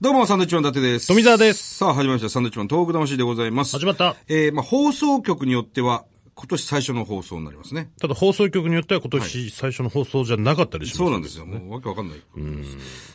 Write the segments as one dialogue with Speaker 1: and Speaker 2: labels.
Speaker 1: どうも、サンドイッチマン伊達です。
Speaker 2: 富澤です。
Speaker 1: さあ、始まりました。サンドイッチマン東北魂でございます。
Speaker 2: 始まった。
Speaker 1: えー、まあ、放送局によっては、今年最初の放送になりますね。
Speaker 2: ただ放送局によっては今年最初の放送じゃなかったりします、
Speaker 1: そうなんですよ。もうわけわかんない。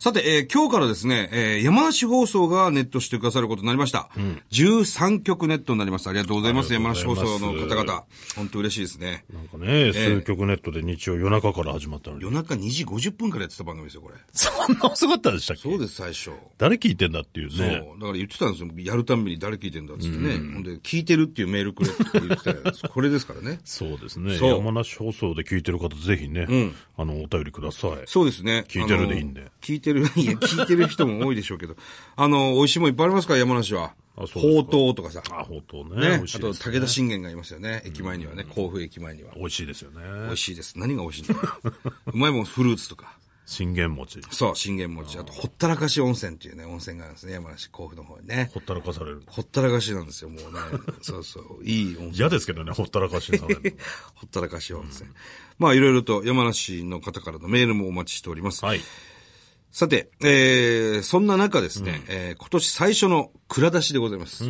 Speaker 1: さて、えー今日からですね、えー山梨放送がネットしてくださることになりました。13局ネットになります。ありがとうございます。
Speaker 2: あり
Speaker 1: 山
Speaker 2: が
Speaker 1: 梨
Speaker 2: とうご
Speaker 1: 放
Speaker 2: ざいます
Speaker 1: 送の方々。本当嬉しいですね。
Speaker 2: なんかね、数局ネットで日曜夜中から始まった のに。
Speaker 1: 夜中2時50分からやってた番組ですよ、これ。
Speaker 2: そんな遅かったでしたっ
Speaker 1: そう
Speaker 2: け
Speaker 1: です、最初。
Speaker 2: 誰聞いてんだっていう
Speaker 1: そう。だ
Speaker 2: ね。
Speaker 1: から言ってたんですよ。やるたんびに誰聞いてんだっつってね。ほんで、聞いてるっていうメールくれって言ってたやつこれですからね。
Speaker 2: そうですね。
Speaker 1: そう
Speaker 2: 山梨放送で聞いてる方ぜひね、あの、お便りください。
Speaker 1: そうですね。
Speaker 2: 聞いてるでいいんで
Speaker 1: あの聞いてる、 いや、聞いてる人も多いでしょうけど。 あの、美味しいもんいっぱいありますから、山梨は。
Speaker 2: あそう
Speaker 1: ほ
Speaker 2: で
Speaker 1: うとうとかさ。
Speaker 2: あ、本当ね。美
Speaker 1: ね。
Speaker 2: 味し
Speaker 1: あ
Speaker 2: いで
Speaker 1: と、
Speaker 2: す。
Speaker 1: 武田信玄がいますよね。駅前にはね。甲府駅前には。
Speaker 2: 美味しいですよね。
Speaker 1: 美味しいです。何が美味しいの うまいもん、フルーツとか。
Speaker 2: 信玄餅。
Speaker 1: そう、信玄餅。あと、ほったらかし温泉っていうね、温泉があるんですね。山梨、甲府の方にね。
Speaker 2: ほったらかされる。
Speaker 1: ほったらかしなんですよ、もう ね。そうそう。いい温泉。
Speaker 2: 嫌ですけどね、ほったらかしにされるの。
Speaker 1: ほったらかし温泉。まあ、いろいろと山梨の方からのメールもお待ちしております。
Speaker 2: はい。
Speaker 1: さて、えー、そんな中ですね、えー今年最初の蔵出しでございます。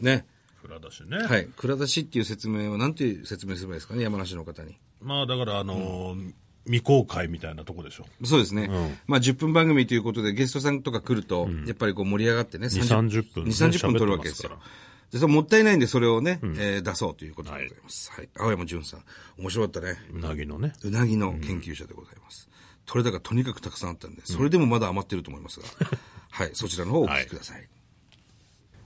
Speaker 1: ね。
Speaker 2: 蔵出しね。
Speaker 1: はい。蔵出しっていう説明は、なんていう説明すればいいですかね、山梨の方に。
Speaker 2: まあだから、あのー未公開みたいなとこでしょ。
Speaker 1: そうですね。まあ、10分番組ということで、ゲストさんとか来ると、やっぱりこう盛り上がってね、
Speaker 2: 20 30分
Speaker 1: 2、30分取るわけです
Speaker 2: 喋
Speaker 1: よ
Speaker 2: ってま。
Speaker 1: で、それもったいないんで、それをね、えー出そうということでございます。はい。青山淳さん、面白かったね。
Speaker 2: うなぎのね。
Speaker 1: うなぎの研究者でございます。取れ高とにかくたくさんあったんで、それでもまだ余ってると思いますが、はい、そちらの方をお聞きください。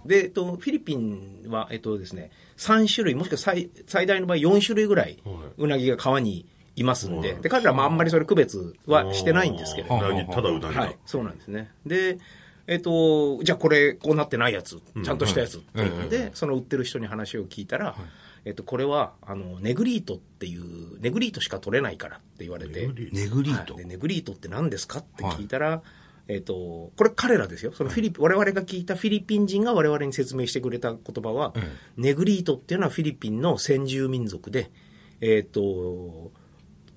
Speaker 3: で、えっと、フィリピンは、えっとですね、3種類、もしくは最最大の場合4種類ぐらい、うなぎが川にいますんで、で彼らもあんまりそれ区別はしてないんですけれど
Speaker 2: う
Speaker 3: も、
Speaker 2: なぎ、ただうなぎ
Speaker 3: は
Speaker 2: だ
Speaker 3: い。、そうなんですね。で、えっと、じゃあこれ、こうなってないやつ、ちゃんとしたやつって言うんで、その売ってる人に話を聞いたら、えっと、これは、あの、ネグリートっていう、ネグリートしか取れないからって言われて、
Speaker 1: ネグリート
Speaker 3: はいでネグリートって何ですかって聞いたら、えっとこれ彼らですよそのフィリピ、我々が聞いたフィリピン人が我々に説明してくれた言葉は、ネグリートっていうのはフィリピンの先住民族で、えっと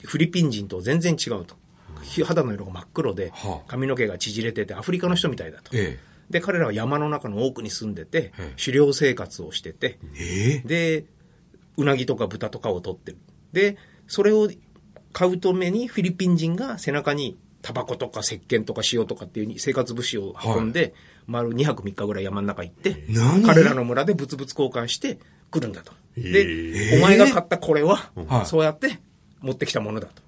Speaker 3: フィリピン人と全然違うと肌の色が真っ黒で
Speaker 1: はあ
Speaker 3: 髪の毛が縮れててアフリカの人みたいだと、
Speaker 1: ええ
Speaker 3: で彼らは山の中の奥に住んでて、狩猟生活をしてて、
Speaker 1: え
Speaker 3: で、うなぎとか豚とかを取ってる。で、それを買うためにフィリピン人が背中にタバコとか石鹸とか塩とかっていう生活物資を運んで、丸2泊3日ぐらい山の中行って
Speaker 1: 何、
Speaker 3: 彼らの村で物々交換して来るんだと。
Speaker 2: へ
Speaker 3: で、お前が買ったこれは
Speaker 1: は、い
Speaker 3: そうやって持ってきたものだと。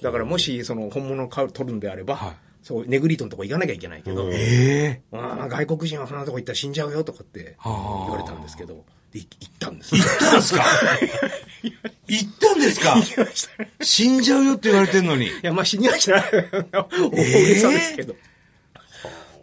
Speaker 3: だからもしその本物を買う取るんであれば、そう、ネグリートのとこ行かなきゃいけないけど、
Speaker 1: え
Speaker 3: ああ、外国人はそんなとこ行ったら死んじゃうよとかって言
Speaker 1: あ
Speaker 3: われたんですけど、で、い行ったんです。行っ
Speaker 1: 行ったんです か行ったんですか
Speaker 3: きましたね。
Speaker 1: 死んじゃうよって言われてんのに。
Speaker 3: いや、まあ死にはしない。 大げさですけど。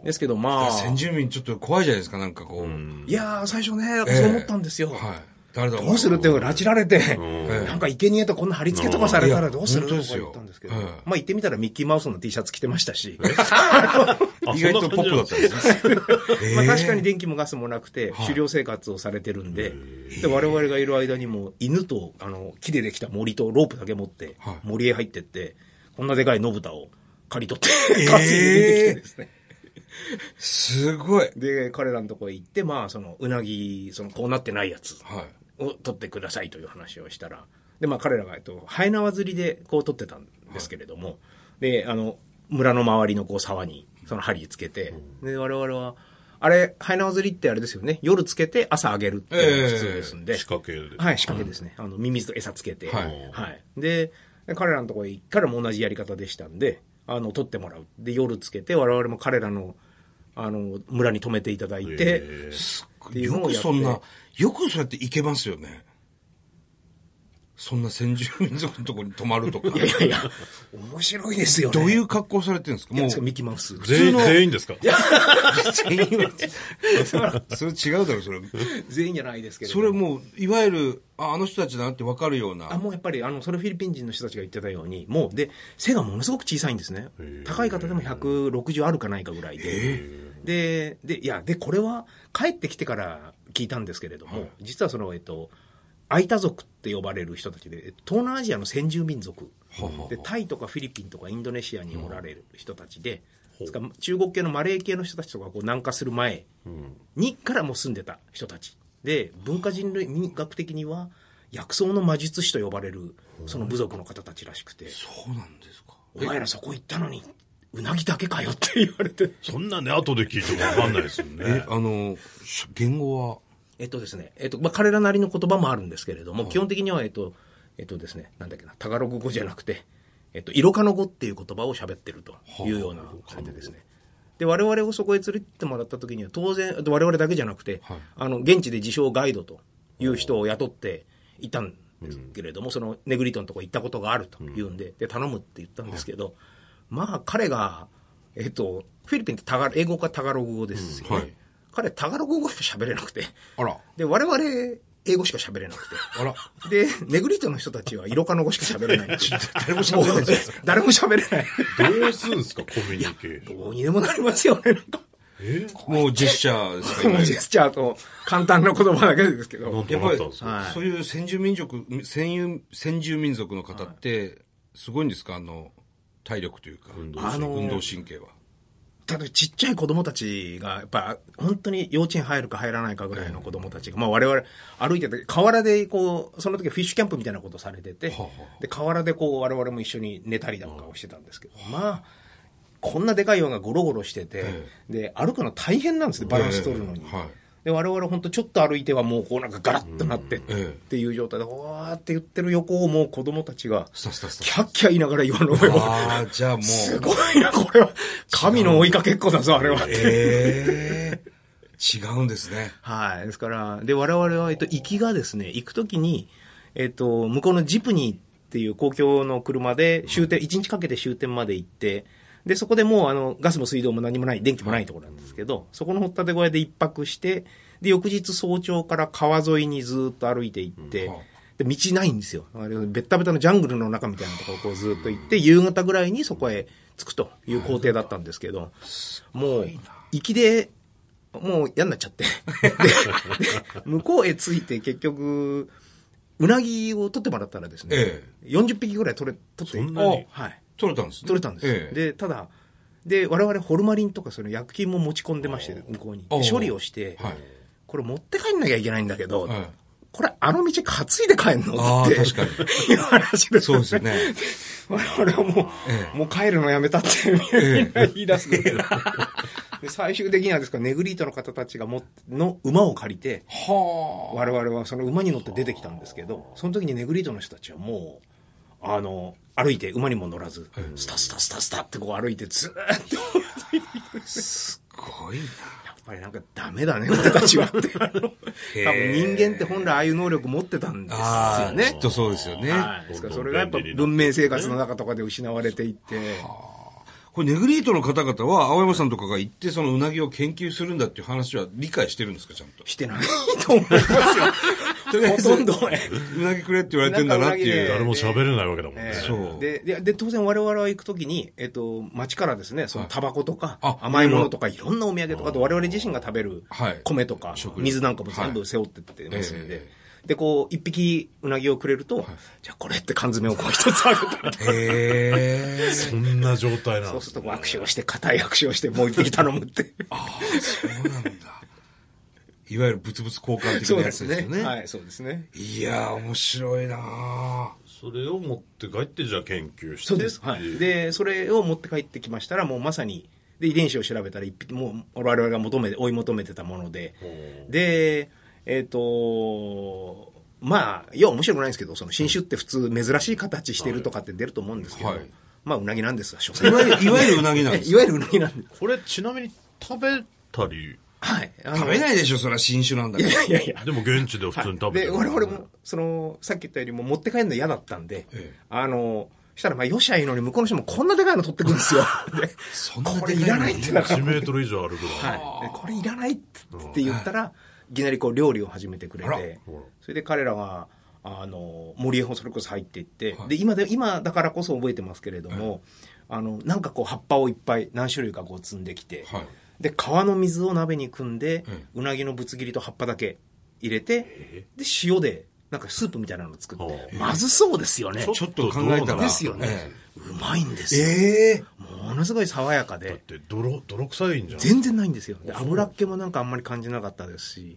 Speaker 3: ですけど、まあ、
Speaker 1: 先住民ちょっと怖いじゃないですか、なんかこう。
Speaker 3: いやー、最初ね、そう思ったんですよ。
Speaker 1: はい。誰だ
Speaker 3: どうするって、拉致られて、
Speaker 1: ん
Speaker 3: なんか生贄とこんな貼り付けとかされたらどうする
Speaker 1: いや本当で
Speaker 3: とか
Speaker 1: すよ
Speaker 3: 言ったんですけど
Speaker 1: ええ、
Speaker 3: まあ行ってみたらミッキーマウスの T シャツ着てましたし。
Speaker 2: あ
Speaker 1: 意外とポップだったんですね。
Speaker 3: まあ確かに電気もガスもなくて、狩猟生活をされてるんで、で我々がいる間にも、犬とあの木でできた森とロープだけ持って
Speaker 1: はい、
Speaker 3: 森へ入ってって、こんなでかい野豚を刈り取って、担いで出てきてですね。
Speaker 1: すごい。
Speaker 3: で、彼らのとこへ行って、まあ、その、うなぎ、その、こうなってないやつ
Speaker 1: はい。
Speaker 3: を取ってくださいという話をしたら、で、まあ、彼らが、えっと、ハエ縄釣りで、こう取ってたんですけれども、で、あの、村の周りのこう沢に、その針つけて、で、我々は、あれ、ハエ縄釣りってあれですよね、夜つけて朝あげるっていうのが普通ですんで、
Speaker 2: 仕掛けで。
Speaker 3: はい、仕掛けですね。あの、ミミズと餌つけて。
Speaker 1: は
Speaker 3: はいい。で、彼らのところへ行ったらも同じやり方でしたんで、あの、取ってもらう。で、夜つけて、我々も彼らの、あの、村に泊めていただいて、
Speaker 2: えー
Speaker 3: っていう
Speaker 1: よ
Speaker 3: のを
Speaker 1: く
Speaker 3: やって
Speaker 1: そんな、よくそうやって行けますよね。そんな先住民族のとこに泊まるとか。
Speaker 3: いやいやいや、面白いですよね。
Speaker 1: どういうう格好されてるんですかもう、
Speaker 3: ミッキーマウス。
Speaker 2: 全員、全員ですか
Speaker 1: 全 員はそれ違うだろ、それ。
Speaker 3: 全員じゃないですけれど
Speaker 1: そ
Speaker 3: も。
Speaker 1: れもう、いわゆる、あ、あの人たちだなって分かるような。
Speaker 3: あもうやっぱりあのそれフィリピン人の人たちが言ってたようにもうで背がものすごく小さいんですね高い方でも160あるかないかぐらいでででいやでこれは帰ってきてから聞いたんですけれども、実はそのえっとアイタ族って呼ばれる人たちで東南アジアの先住民族でタイとかフィリピンとかインドネシアにおられる人たちで、ですから中国系のマレー系の人たちとかこう南下する前にからもう住んでた人たちで文化人類学的には薬草の魔術師と呼ばれるその部族の方たちらしくて
Speaker 1: そうなんですか。
Speaker 3: 「お前らそこ行ったのにうなぎだけかよ」って言われて
Speaker 2: そんなんね、後で聞いてもわかんないですよ
Speaker 1: え、
Speaker 2: ね。
Speaker 1: あの、し言語は、
Speaker 3: えっとですね、えっと、まあ、彼らなりの言葉もあるんですけれども、基本的には、えっと、えっとですね、なんだっけな、タガログ語じゃなくて、えっと、イロカノ語っていう言葉を喋ってるというような感じですね。で、我々をそこへ連れてってもらった時には、当然、我々だけじゃなくて、あの、現地で自称ガイドという人を雇っていたんですけれども、その、ネグリトのとこ行ったことがあるというんで、で、頼むって言ったんですけど、まあ、彼が、えっと、フィリピンってタガ英語かタガログ語ですよね。
Speaker 1: うんはい
Speaker 3: 彼、タガログ語しか喋れなくて、
Speaker 1: あら、
Speaker 3: で、我々、英語しか喋れなくて。
Speaker 1: あら、
Speaker 3: で、ネグリートの人たちは、イロカの語しか喋れない。 誰も喋れない。誰も喋れない。
Speaker 2: どうすんすか、コミュニケーション。
Speaker 3: どうにで もなりますよね、なんか。
Speaker 1: もうジェスチャーですか、今
Speaker 3: ジェスチャーと、簡単な言葉だけですけ
Speaker 2: なん
Speaker 3: ど。
Speaker 2: と
Speaker 1: やっぱ
Speaker 2: なっ
Speaker 1: り
Speaker 2: たんですか、
Speaker 3: はい
Speaker 1: そういう先住民族、先住先住民族の方って、すごいんですか、あの、体力というか、運動
Speaker 3: 神経
Speaker 1: 運動神経は。
Speaker 3: ただ、ちっちゃい子供たちが、やっぱ、本当に幼稚園入るか入らないかぐらいの子供たちが、まあ、我々、歩いてて、河原で、こう、その時フィッシュキャンプみたいなことされてて
Speaker 1: はあは、
Speaker 3: で、河原で、こう、我々も一緒に寝たりなんかをしてたんですけど、まあ、こんなでかい岩がゴロゴロしてて、で、歩くの大変なんですね、バランス取るのに。
Speaker 1: ええはい
Speaker 3: で、我々本当ちょっと歩いてはもうこうなんかガラッとなってっ
Speaker 1: ええ
Speaker 3: ていう状態で、わーって言ってる横をもう子供たちが、
Speaker 1: スタスタスタ
Speaker 3: キャッキャ言いながら岩の上を。
Speaker 1: ああ、じゃあも
Speaker 3: す
Speaker 1: う、
Speaker 3: ごいな、これは。神の追いかけっこだぞ、あれは。
Speaker 1: ええ違うんですね。
Speaker 3: はい。ですから、で、我々は、えっと、行きがですね、行くときに、えっと、向こうのジプニーっていう公共の車で終点、1日かけて終点まで行って、で、そこでもう、あの、ガスも水道も何もない、電気もないところなんですけど、そこの掘ったて小屋で一泊して、で、翌日早朝から川沿いにずっと歩いて行って、で、道ないんですよ。あれ、ベッタベタのジャングルの中みたいなところをこうずっと行って、夕方ぐらいにそこへ着くという工程だったんですけど、もう、行きで、もう嫌になっちゃって。で、で向こうへ着いて結局、うなぎを取ってもらったらですね、
Speaker 1: え
Speaker 3: 40匹ぐらい取れ、取って、
Speaker 2: そんなに
Speaker 3: はい。
Speaker 1: 取れたんですね
Speaker 3: 取れたんです、
Speaker 1: ええ
Speaker 3: で、ただ、で、我々ホルマリンとかその薬品も持ち込んでまして、向こうに。
Speaker 1: あ
Speaker 3: で
Speaker 1: ー
Speaker 3: 処理をして、
Speaker 1: はい
Speaker 3: これ持って帰んなきゃいけないんだけど、
Speaker 1: はい
Speaker 3: これあの道担いで帰んの
Speaker 1: あ
Speaker 3: っ
Speaker 1: あ、
Speaker 3: て。
Speaker 1: 確かに。
Speaker 3: いう話です。
Speaker 1: そうですよ。ね。
Speaker 3: 我々はもう、
Speaker 1: え
Speaker 3: もう帰るのやめたってみんな言い出すんだ けど。で最終的にはですから、ネグリートの方たちがもの馬を借りて、
Speaker 1: は
Speaker 3: 我々 はその馬に乗って出てきたんですけど、その時にネグリートの人たちはもう、あの、歩いて馬にも乗らず、スタスタスタスタってこう歩いてずーっと、
Speaker 1: あ、すごいな。
Speaker 3: やっぱりなんかダメだね、俺たちはって。あの多分人
Speaker 1: へー
Speaker 3: 間って本来ああいう能力持ってたんです
Speaker 1: あ
Speaker 3: よ
Speaker 1: あ、
Speaker 3: ね。
Speaker 1: きっとそうですよね。
Speaker 3: はい、ですからそれがやっぱ文明生活の中とかで失われていって、
Speaker 1: これ、ネグリートの方々は、青山さんとかが行って、そのうなぎを研究するんだっていう話は理解してるんですか、ちゃんと。
Speaker 3: してないと思います よ。ほとんどね。
Speaker 1: うなぎくれって言われてんだなってい
Speaker 3: な
Speaker 1: う。
Speaker 3: ん
Speaker 2: 誰も喋れないわけだもんね。
Speaker 3: ええ
Speaker 1: そう
Speaker 3: ででで当然我々は行くときに、えっと、町からですねそのタバコとか、
Speaker 1: あ
Speaker 3: 甘いものとかいろんなお土産とかあと我々自身が食べる
Speaker 1: はい
Speaker 3: 米とか、
Speaker 1: 食料
Speaker 3: 水なんかも全部背負ってってますんで、
Speaker 1: え
Speaker 3: でこう一匹うなぎをくれると、じゃあこれって缶詰をこう一つあげたり と
Speaker 1: へ
Speaker 3: か
Speaker 1: え。
Speaker 2: そんな状態なん
Speaker 3: そ
Speaker 2: で
Speaker 3: う
Speaker 2: す
Speaker 3: すると握手をして固い握手をしてもう一匹頼むって
Speaker 1: そうなんだ。いわゆる物々交換的
Speaker 3: そう
Speaker 1: な
Speaker 3: で
Speaker 1: やつ
Speaker 3: す
Speaker 1: です
Speaker 3: ね
Speaker 1: よね。
Speaker 3: はいそうですね
Speaker 1: いやー、面白いなー
Speaker 2: それを持って帰って、じゃあ研究して。
Speaker 3: そうです。は
Speaker 2: ってい
Speaker 3: い。
Speaker 2: う
Speaker 3: で、それを持って帰ってきましたら、もうまさに、で、遺伝子を調べたら、一匹、もう、我々が求めて、追い求めてたもので、で、えっ、と、まあ、要は面白くないんですけど、その新種って普通珍しい形してるとかって出ると思うんですけど、
Speaker 1: はい
Speaker 3: まあ、うなぎなんですわ、所
Speaker 1: い
Speaker 3: 詮
Speaker 1: わゆる、いわゆるうなぎなんです
Speaker 3: いわゆるうなぎなんです。
Speaker 2: これ、ちなみに食べたり、
Speaker 3: はい。
Speaker 1: 食べ
Speaker 3: い
Speaker 1: ないでしょ、それは新種なんだ
Speaker 3: い
Speaker 1: から。
Speaker 3: やいやいや。
Speaker 2: でも現地で普通に食べて
Speaker 3: で、
Speaker 2: る。
Speaker 3: 我々も、その、さっき言ったよりも持って帰るの嫌だったんで、
Speaker 1: ええ
Speaker 3: あの、したら、まあ、よしゃいいのに、向こうの人もこんなでかいの取ってくるんです よ。で
Speaker 1: そんなで
Speaker 3: こ
Speaker 1: かい
Speaker 3: れ
Speaker 1: の
Speaker 3: いらないってだから
Speaker 2: 1メートル以上あるぐらい。
Speaker 3: はい、これいらないっつって言ったら、いきなりこう料理を始めてくれ
Speaker 1: あら
Speaker 3: て、それで彼らが、あの、森へそれこそ入っていって、で、今で、今だからこそ覚えてますけれども、あの、なんかこう葉っぱをいっぱい何種類かこう積んできて、
Speaker 1: はい
Speaker 3: で、川の水を鍋に汲んで、うなぎのぶつ切りと葉っぱだけ入れて、で、塩で、なんかスープみたいなの作って、まずそうですよね。
Speaker 1: ちょっと考えたら。
Speaker 3: ですよね
Speaker 1: え。
Speaker 3: うまいんですよ。
Speaker 1: ええ
Speaker 3: ものすごい爽やかで、
Speaker 2: って泥泥臭いんじゃん
Speaker 3: 全然ないんですよ。で油っ気もなんかあんまり感じなかったですし、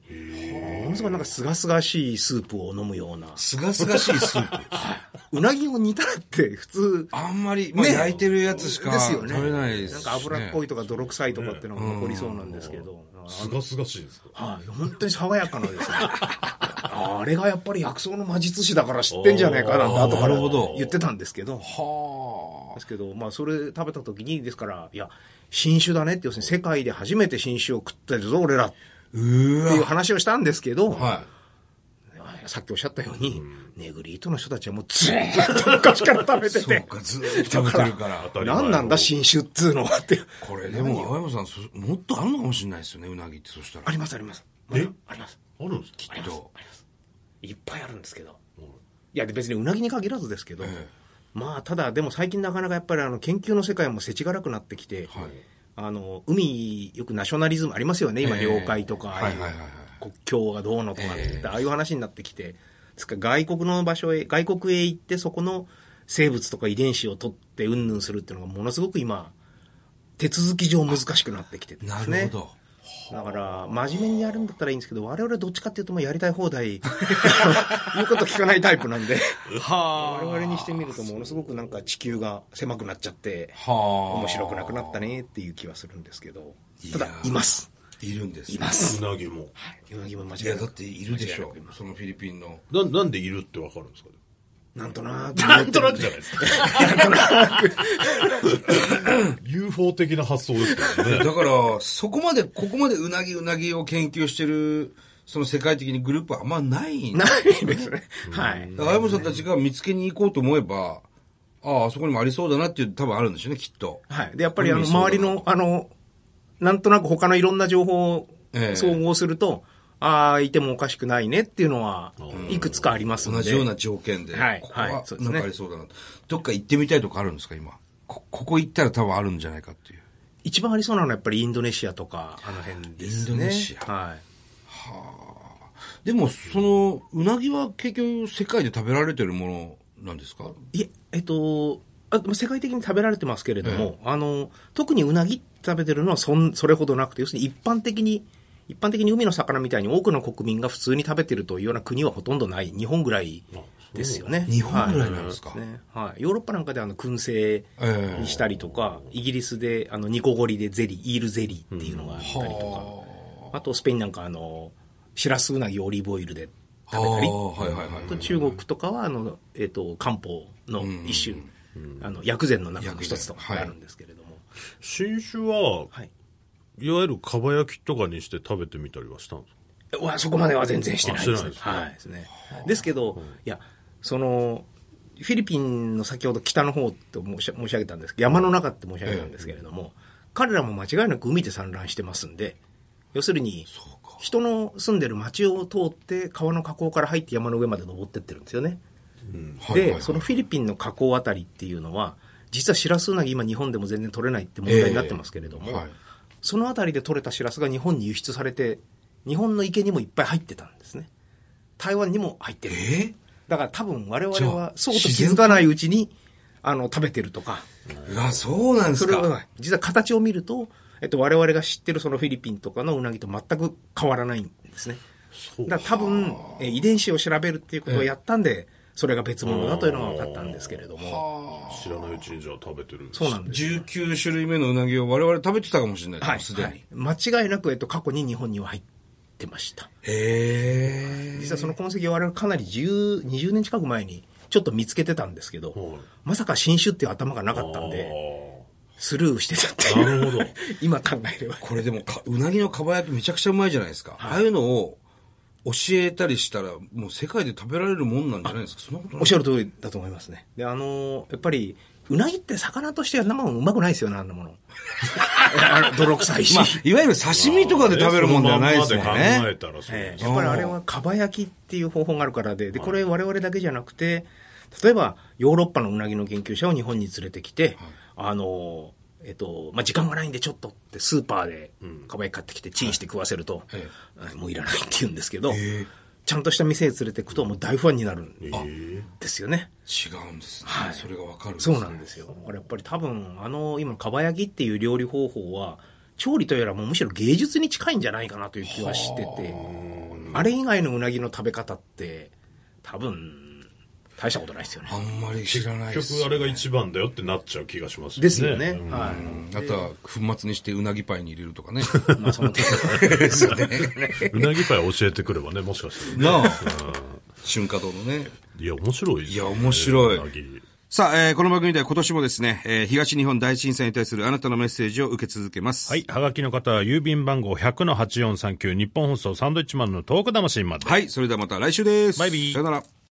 Speaker 3: ものすごいなんかすがすがしいスープを飲むような。
Speaker 1: すがすがしいスープ。
Speaker 3: うなぎを煮たらって普通、
Speaker 1: あんまり、まあ、
Speaker 3: ね
Speaker 1: 焼いてるやつしか
Speaker 3: ですよ
Speaker 1: 食
Speaker 3: ね。
Speaker 1: べないです、ね。
Speaker 3: なんか油っこ
Speaker 1: い。
Speaker 3: いとか泥臭いとかっていうのが残りそうなんですけど。
Speaker 2: すがすがしいですか
Speaker 3: はい、本当に爽やかなですね。 あれがやっぱり薬草の魔術師だから知ってんじゃないかなんて
Speaker 2: あー
Speaker 3: 後か
Speaker 1: な
Speaker 3: ら
Speaker 1: るほど
Speaker 3: 言ってたんですけど。
Speaker 1: は
Speaker 3: ですけど、まあそれ食べた時に、ですから、いや、新種だねって、要するに世界で初めて新種を食ってるぞ、俺らって
Speaker 1: あ。う
Speaker 3: いう話をしたんですけど、
Speaker 1: わ。はい。
Speaker 3: さっきおっしゃったように、ネグリートの人たちはもうずーっと昔から食べて
Speaker 1: そう
Speaker 3: て、
Speaker 1: か、ずーっと食べてるから。
Speaker 2: 当たり前
Speaker 3: 何なんだ新種っつうのはって。
Speaker 1: これでも、青山さん、そもっとあるのかもしれないですよね、うなぎって、そした
Speaker 3: あ
Speaker 1: ら。
Speaker 3: りますあります。
Speaker 2: え
Speaker 3: まだあります。
Speaker 2: あるんですか
Speaker 3: あります
Speaker 1: と
Speaker 3: ありますいっぱいあるんですけどいやで別にうなぎに限らずですけど、まあただでも最近なかなかやっぱりあの研究の世界もせちがらくなってきて、あの海よくナショナリズムありますよね今
Speaker 1: ええ
Speaker 3: 領海とか、
Speaker 1: はいはいはいはい
Speaker 3: 国境がどうのとかって言ってああいう話になってきてつか外国の場所へ外国へ行ってそこの生物とか遺伝子を取ってうんぬんするっていうのがものすごく今手続き上難しくなってきててで
Speaker 1: な
Speaker 3: す
Speaker 1: る
Speaker 3: ね
Speaker 1: ほど。
Speaker 3: だから、真面目にやるんだったらいいんですけど、我々はどっちかっていうと、もうやりたい放題、 言うこと聞かないタイプなんで、 我々にしてみると、ものすごくなんか地球が狭くなっちゃって、
Speaker 1: はあ。
Speaker 3: 面白くなくなったねっていう気はするんですけど、ただ
Speaker 1: いや、ー
Speaker 3: います。
Speaker 1: いるんです。
Speaker 3: います。
Speaker 2: うなぎも
Speaker 3: 世の中も間違
Speaker 1: い
Speaker 3: いな
Speaker 1: や、
Speaker 3: く
Speaker 1: だっているでしょう。そのフィリピンの。
Speaker 2: ななんでいるってわかるんですか
Speaker 3: なんとなく。
Speaker 2: なんとなくじゃないですか UFO 的な発想ですけどね
Speaker 1: だから、そこまで、ここまでうなぎうなぎを研究してる、その世界的にグループはあんまないんだ。
Speaker 3: ないですね。はい。
Speaker 1: だから、青山さんたちが見つけに行こうと思えば、ああ、あそこにもありそうだなっていう、多分あるんでしょうね、きっと。
Speaker 3: はい。で、やっぱり、あの、
Speaker 1: 海そうだな
Speaker 3: 周りの、あの、なんとなく他のいろんな情報を
Speaker 1: ええ
Speaker 3: 総合すると、ああ、いてもおかしくないねっていうのは、いくつかありますんで。
Speaker 1: 同じような条件で、
Speaker 3: はい
Speaker 1: ここ
Speaker 3: はい
Speaker 1: は
Speaker 3: そうで
Speaker 1: な
Speaker 3: すね
Speaker 1: んかありそうだな、どっか行ってみたいとこあるんですか、今。こ、ここ行ったら多分あるんじゃないかっていう。
Speaker 3: 一番ありそうなのはやっぱりインドネシアとか、あの辺ですね。
Speaker 1: インドネシア
Speaker 3: はい。
Speaker 1: でも、その、うなぎは結局世界で食べられてるものなんですか
Speaker 3: いえ、えっと、あ世界的に食べられてますけれども、あの、特にうなぎって食べてるのはそんそれほどなくて、要するに一般的に、一般的に海の魚みたいに多くの国民が普通に食べてるというような国はほとんどない、日本ぐらいですよね。
Speaker 1: 日本ぐらいなんですか、
Speaker 3: はいねはい、ヨーロッパなんかであの燻製
Speaker 1: ええ
Speaker 3: にしたりとか、イギリスであのニコゴリでゼリー、イールゼリーっていうのがあったりとか、あとスペインなんかあの、シラスウナギをオリーブオイルで食べたり、
Speaker 1: あーはいはいはい
Speaker 3: あと中国とかはあの、えっと漢方の一種、あの薬膳の中の一つとかがあるんですけれども、
Speaker 2: 新種は
Speaker 3: はい
Speaker 2: いわゆるかば焼きとかにして食べてみたりはしたんですか
Speaker 3: うわそこまでは全然してない
Speaker 2: あ
Speaker 3: で
Speaker 2: して
Speaker 3: す
Speaker 2: ない
Speaker 3: ね
Speaker 2: ですね
Speaker 3: はいですねですけど、いやそのフィリピンの先ほど北の方と申し申し上げたんですけど山の中って申し上げたんですけれども、彼らも間違いなく海で産卵してますんで要するに人の住んでる町を通って川の河口から入って山の上まで登ってってるんですよね、
Speaker 1: はいはいは
Speaker 3: で
Speaker 1: い
Speaker 3: そのフィリピンの河口あたりっていうのは実はシラスウナギ今日本でも全然取れないって問題になってますけれども、
Speaker 1: ええはい
Speaker 3: そのあたりで取れたシラスが日本に輸出されて日本の池にもいっぱい入ってたんですね台湾にも入ってるんです
Speaker 1: え
Speaker 3: だから多分我
Speaker 1: じ
Speaker 3: 々
Speaker 1: ゃあ
Speaker 3: はそうと気づかないうちにあの食べてるとか
Speaker 1: あ、そうなんです
Speaker 3: それ
Speaker 1: か。
Speaker 3: は実は形を見ると、えっと、我々が知ってるそのフィリピンとかのウナギと全く変わらないんですね
Speaker 2: そう
Speaker 3: だから多分え遺伝子を調べるっていうことをやったんで、それが別物だというのが分かったんですけれども、
Speaker 2: 知らないうちにじゃあ食べてる
Speaker 3: そうなんです。
Speaker 1: 19種類目のうなぎを我々食べてたかもしれないです、
Speaker 3: はい、
Speaker 1: すでに。
Speaker 3: はい間違いなく、えっと、過去に日本には入ってました。
Speaker 1: へえ。
Speaker 3: 実はその痕跡を我々かなり10、20年近く前にちょっと見つけてたんですけど、
Speaker 2: はい
Speaker 3: まさか新種っていう頭がなかったんで、スルーしてたっていう。
Speaker 2: なるほど
Speaker 3: 今考えれば。
Speaker 1: これでもか、うなぎのかば焼きめちゃくちゃうまいじゃないですか。ああいうのを教えたりしたら、もう世界で食べられるもんなんじゃないですか。そんなことな
Speaker 3: おっ
Speaker 1: い。
Speaker 3: しゃる通りだと思いますね。で、あのーやっぱり、うなぎって魚としては生もうまくないですよね、あん なもの。あの泥臭いし。
Speaker 1: まあ、いわゆる刺身とかで食べるもんではないですもん
Speaker 2: そのまんまで考え
Speaker 1: ね。
Speaker 2: たらそう
Speaker 3: え
Speaker 2: で
Speaker 3: え
Speaker 2: す
Speaker 3: やっぱりあれはかば焼きっていう方法があるからで、で、これ我々だけじゃなくて、例えばヨーロッパのうなぎの研究者を日本に連れてきて、あの、えっと、まあ、時間がないんでちょっとってスーパーでかば焼き買ってきてチンして食わせると、
Speaker 1: え
Speaker 3: あもういらないって言うんですけど、ちゃんとした店へ連れていくと、もう大ファンになるんですよね。
Speaker 1: 違うんですね。それがわかる、
Speaker 3: そうなん
Speaker 1: す。
Speaker 3: ですよ。だからやっぱり多分、あの、今、かば焼きっていう料理方法は、調理というよりはもうむしろ芸術に近いんじゃないかなという気はしてて、あれ以外のうなぎの食べ方って、多分、大したことないですよね
Speaker 1: あ。んまり知らないです
Speaker 2: 結局あれが一番だよってなっちゃう気がしますよね。
Speaker 3: ですよね。
Speaker 2: うん
Speaker 3: はい。
Speaker 1: あとは、粉末にしてうなぎパイに入れるとか ね。
Speaker 3: まあ、その程
Speaker 1: ですよね。
Speaker 2: うなぎパイ教えてくればね、もしかしたらね。
Speaker 1: なあ。春夏堂のね。
Speaker 2: いや、面白いですね
Speaker 1: いや面白いう
Speaker 2: なぎ
Speaker 1: さあ、えーこの番組では今年もですね、えー東日本大震災に対するあなたのメッセージを受け続けます。
Speaker 2: はい。はがきの方は、郵便番号100-8439、日本放送サンドイッチマンのトーク魂まで。
Speaker 1: はい、それではまた来週です。
Speaker 2: バイビー
Speaker 1: さよなら。